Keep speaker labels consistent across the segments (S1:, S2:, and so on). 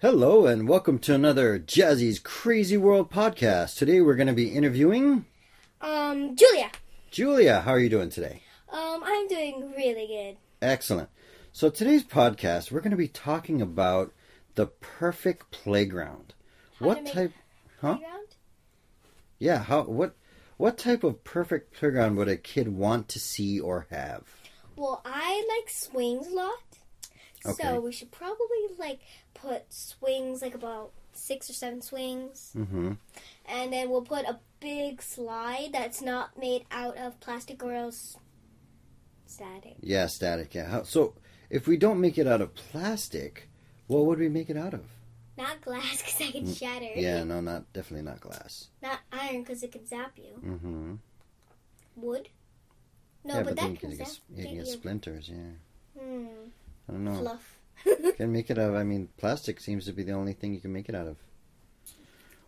S1: Hello, and welcome to another Jazzy's Crazy World podcast. Today we're going to be interviewing
S2: Um, Julia.
S1: Julia. How are you doing today?
S2: Um, I'm doing really good.
S1: Excellent. So, today's podcast, we're going to be talking about the perfect playground.
S2: How
S1: what
S2: to make
S1: type, huh?
S2: Playground?
S1: Yeah, how, what, what type of perfect playground would a kid want to see or have?
S2: Well, I like swings a lot.
S1: Okay.
S2: So we should probably like put swings, like about six or seven swings,
S1: Mm-hmm.
S2: and then we'll put a big slide that's not made out of plastic or else static.
S1: Yeah, static. Yeah. How, so, if we don't make it out of plastic, what would we make it out of?
S2: Not glass because I can shatter.
S1: Mm, Yeah, no, not definitely not glass.
S2: Not iron because it can zap you.
S1: Mm-hmm.
S2: Wood. No,
S1: yeah,
S2: but,
S1: then
S2: that
S1: you can
S2: can
S1: get,
S2: zap
S1: s- you can
S2: you.
S1: get splinters. Yeah,
S2: Hmm.
S1: I don't know.
S2: Fluff.
S1: Can make it out. of, I mean, plastic seems to be the only thing you can make it out of.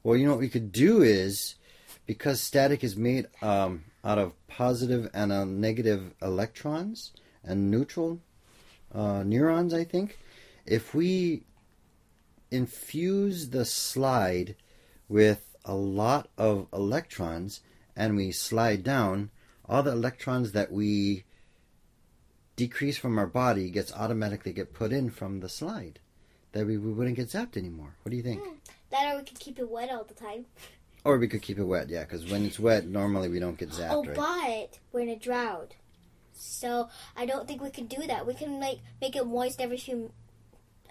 S1: Well, you know what we could do is because static is made um, out of positive and uh, negative electrons and neutral uh, neurons. I think if we infuse the slide with a lot of electrons and we slide down, all the electrons that we decrease from our body gets automatically get put in from the slide. That we, we wouldn't get zapped anymore. What do you think?
S2: Hmm. that or we could keep it wet all the time.
S1: Or we could keep it wet, yeah, because when it's wet, normally we don't get zapped,
S2: Oh,
S1: right?
S2: but we're in a drought, so I don't think we can do that. We can like make it moist every few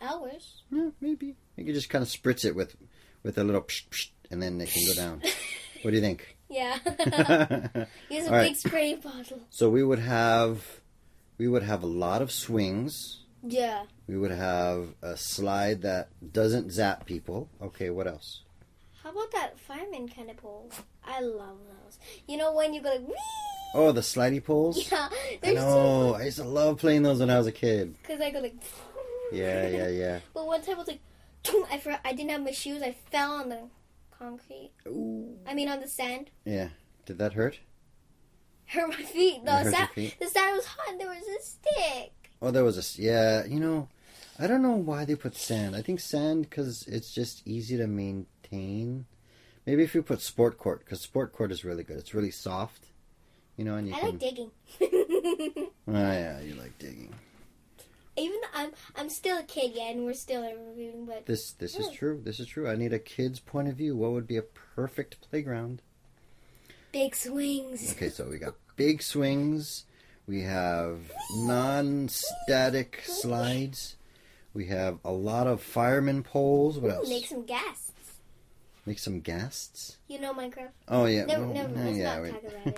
S2: hours.
S1: Yeah, maybe. You could just kind of spritz it with, with a little psh, psh, and then it can go down. what do you think?
S2: Yeah, use a
S1: All right.
S2: big spray bottle.
S1: so we would have, we would have a lot of swings.
S2: Yeah,
S1: We would have a slide that doesn't zap people. Okay, what else?
S2: how about that fireman kind of pole? I love those. You know when you go like wee?
S1: Oh, the slidey poles.
S2: Yeah,
S1: I
S2: there's
S1: know. I used to love playing those when I was a kid.
S2: because I go like.
S1: Yeah, yeah, yeah.
S2: But one time I was like, "Chum," I forgot, I didn't have my shoes. I fell on the concrete.
S1: Ooh.
S2: I mean on the sand.
S1: Yeah. Did that hurt?
S2: Hurt my feet.
S1: It
S2: No,
S1: hurt your
S2: sand,
S1: feet?
S2: the sand was hot. and There was a stick.
S1: Oh, there was a s- yeah. You know, I don't know why they put sand. I think sand because it's just easy to maintain. Maybe if you put sport court because sport court is really good. It's really soft. You know, and you
S2: I
S1: can.
S2: like digging.
S1: oh yeah, you like digging.
S2: Even though I'm I'm still a kid, yeah, and we're still reviewing, but
S1: This this is
S2: Yeah.
S1: true. This is true. I need a kid's point of view. What would be a perfect playground?
S2: big swings.
S1: Okay, so we got big swings. We have non-static slides. We have a lot of fireman poles. What else?
S2: Make some gas.
S1: Make some gasts.
S2: You know Minecraft.
S1: Oh yeah.
S2: Never,
S1: well,
S2: never.
S1: no,
S2: Let's
S1: yeah,
S2: not
S1: wait.
S2: talk about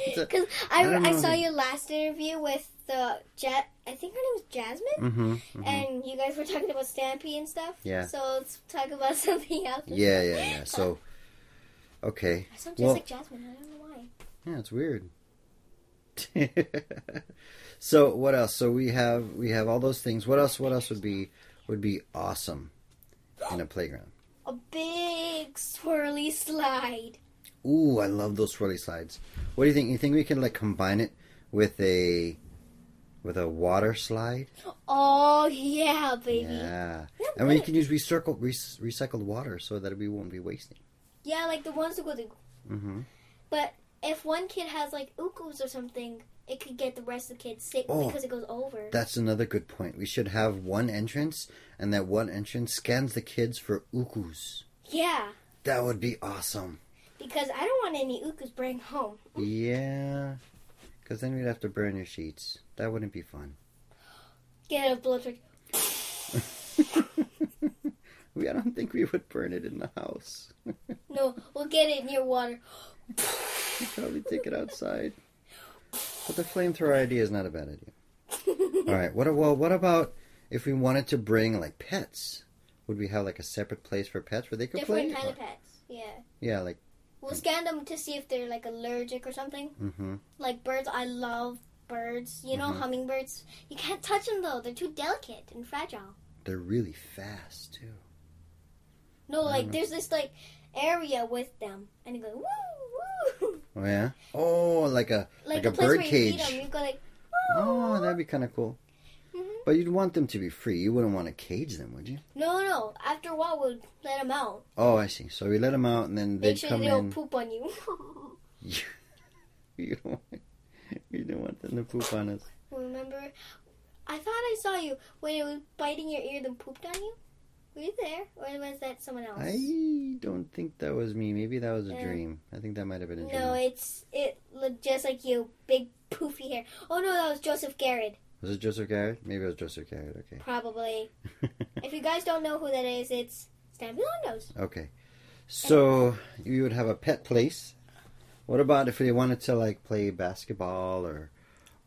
S2: it. Because
S1: I
S2: I,
S1: don't
S2: I,
S1: know
S2: saw
S1: who-
S2: your last interview with the jet. I think her name was Jasmine,
S1: hmm
S2: and you guys were talking about Stampy and stuff.
S1: Yeah.
S2: So let's talk about something else.
S1: Yeah, yeah, yeah. So, okay.
S2: I sound just
S1: Well-
S2: like Jasmine. I don't know why.
S1: Yeah, it's weird. so what else? So we have we have all those things. What else? What else would be would be awesome in a playground?
S2: A big swirly slide.
S1: Ooh, I love those swirly slides. What do you think? You think we can like combine it with a with a water slide?
S2: Oh yeah, baby.
S1: Yeah.
S2: Yeah,
S1: And we
S2: good.
S1: can use recycled rec- recycled water so that we won't be wasting.
S2: Yeah, like the ones that go to
S1: Mm-hmm.
S2: But if one kid has like ukus or something, it could get the rest of the kids sick
S1: Oh.
S2: because it goes over.
S1: That's another good point. We should have one entrance, and that one entrance scans the kids for ukus.
S2: yeah,
S1: That would be awesome.
S2: because I don't want any ukus bring home.
S1: Yeah, because then we'd have to burn your sheets. That wouldn't be fun.
S2: Get a blowtorch.
S1: we, I don't think we would burn it in the house.
S2: No, we'll get it near water.
S1: Probably take it outside. But the flamethrower idea is not a bad idea. All right. What? a- Well, what about if we wanted to bring like pets? Would we have like a separate place for pets where they could
S2: Different
S1: play?
S2: kind of pets. Yeah.
S1: Yeah, like.
S2: We'll scan them to see if they're like allergic or something.
S1: Mm-hmm.
S2: Like birds, I love birds. You know,
S1: Mhm.
S2: hummingbirds. You can't touch them though; they're too delicate and fragile.
S1: They're really fast too.
S2: No, like
S1: know.
S2: there's this like area with them, and you go woo woo.
S1: Oh yeah. Oh, like a like,
S2: Like,
S1: a oh,
S2: the place
S1: bird
S2: where you feed
S1: cage.
S2: them, you go like.
S1: Oh, that'd be kind of cool.
S2: Mhm.
S1: But you'd want them to be free. You wouldn't want to cage them, would you?
S2: No, no. After a while, we'll let them out.
S1: Oh, I see. So we let them out, and then
S2: Make
S1: they'd
S2: sure
S1: come
S2: they don't
S1: in.
S2: poop on you.
S1: you, don't want, you don't want them to poop on us.
S2: Remember? I thought I saw you when it was biting your ear, then pooped on you. Were you there, or was that someone else?
S1: I don't think that was me. Maybe that was a
S2: Yeah.
S1: dream. I think that might have been a dream.
S2: No, it's it looked just like you, big poofy hair. Oh no, that was Joseph Garrett,
S1: was it Joseph Garrett? Maybe it was Joseph Garrett. Okay.
S2: probably. if you guys don't know who that is, it's Stan Villandos.
S1: Okay. So you would have a pet place. What about if they wanted to like play basketball or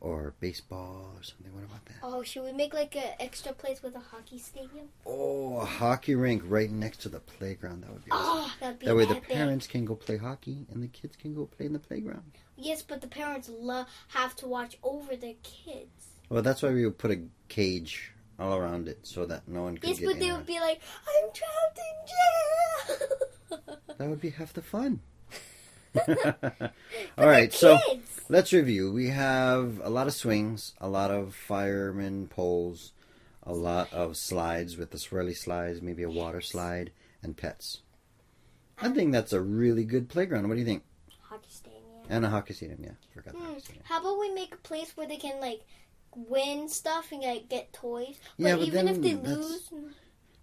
S1: or baseball or something? What about that?
S2: Oh, should we make like an extra place with a hockey stadium?
S1: Oh, a hockey rink right next to the playground. That would be awesome.
S2: Oh, that'd be
S1: that way the
S2: epic.
S1: parents can go play hockey and the kids can go play in the playground.
S2: Yes, but the parents lo- have to watch over their kids.
S1: Well, that's why we would put a cage all around it so that no one could
S2: Yes,
S1: get
S2: but
S1: in.
S2: they
S1: or-
S2: would be like, "I'm trapped in jail."
S1: That would be half the fun.
S2: But
S1: all right,
S2: they're
S1: so
S2: kids.
S1: Let's review. We have a lot of swings, a lot of fireman poles, a lot of slides with the swirly slides, maybe a water slide, and pets. I think that's a really good playground. What do you think?
S2: hockey stadium.
S1: And a hockey stadium, yeah. Forgot the
S2: Hmm.
S1: hockey stadium.
S2: How about we make a place where they can like win stuff and like get toys?
S1: Yeah,
S2: but
S1: but
S2: even if
S1: then
S2: they
S1: that's-
S2: lose,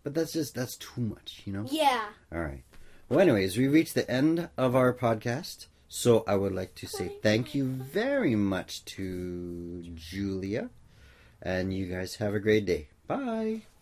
S1: But that's just that's too much, you know?
S2: yeah.
S1: All right. Well, anyways, we reached the end of our podcast. So I would like to say thank you very much to Julia. And you guys have a great day. Bye.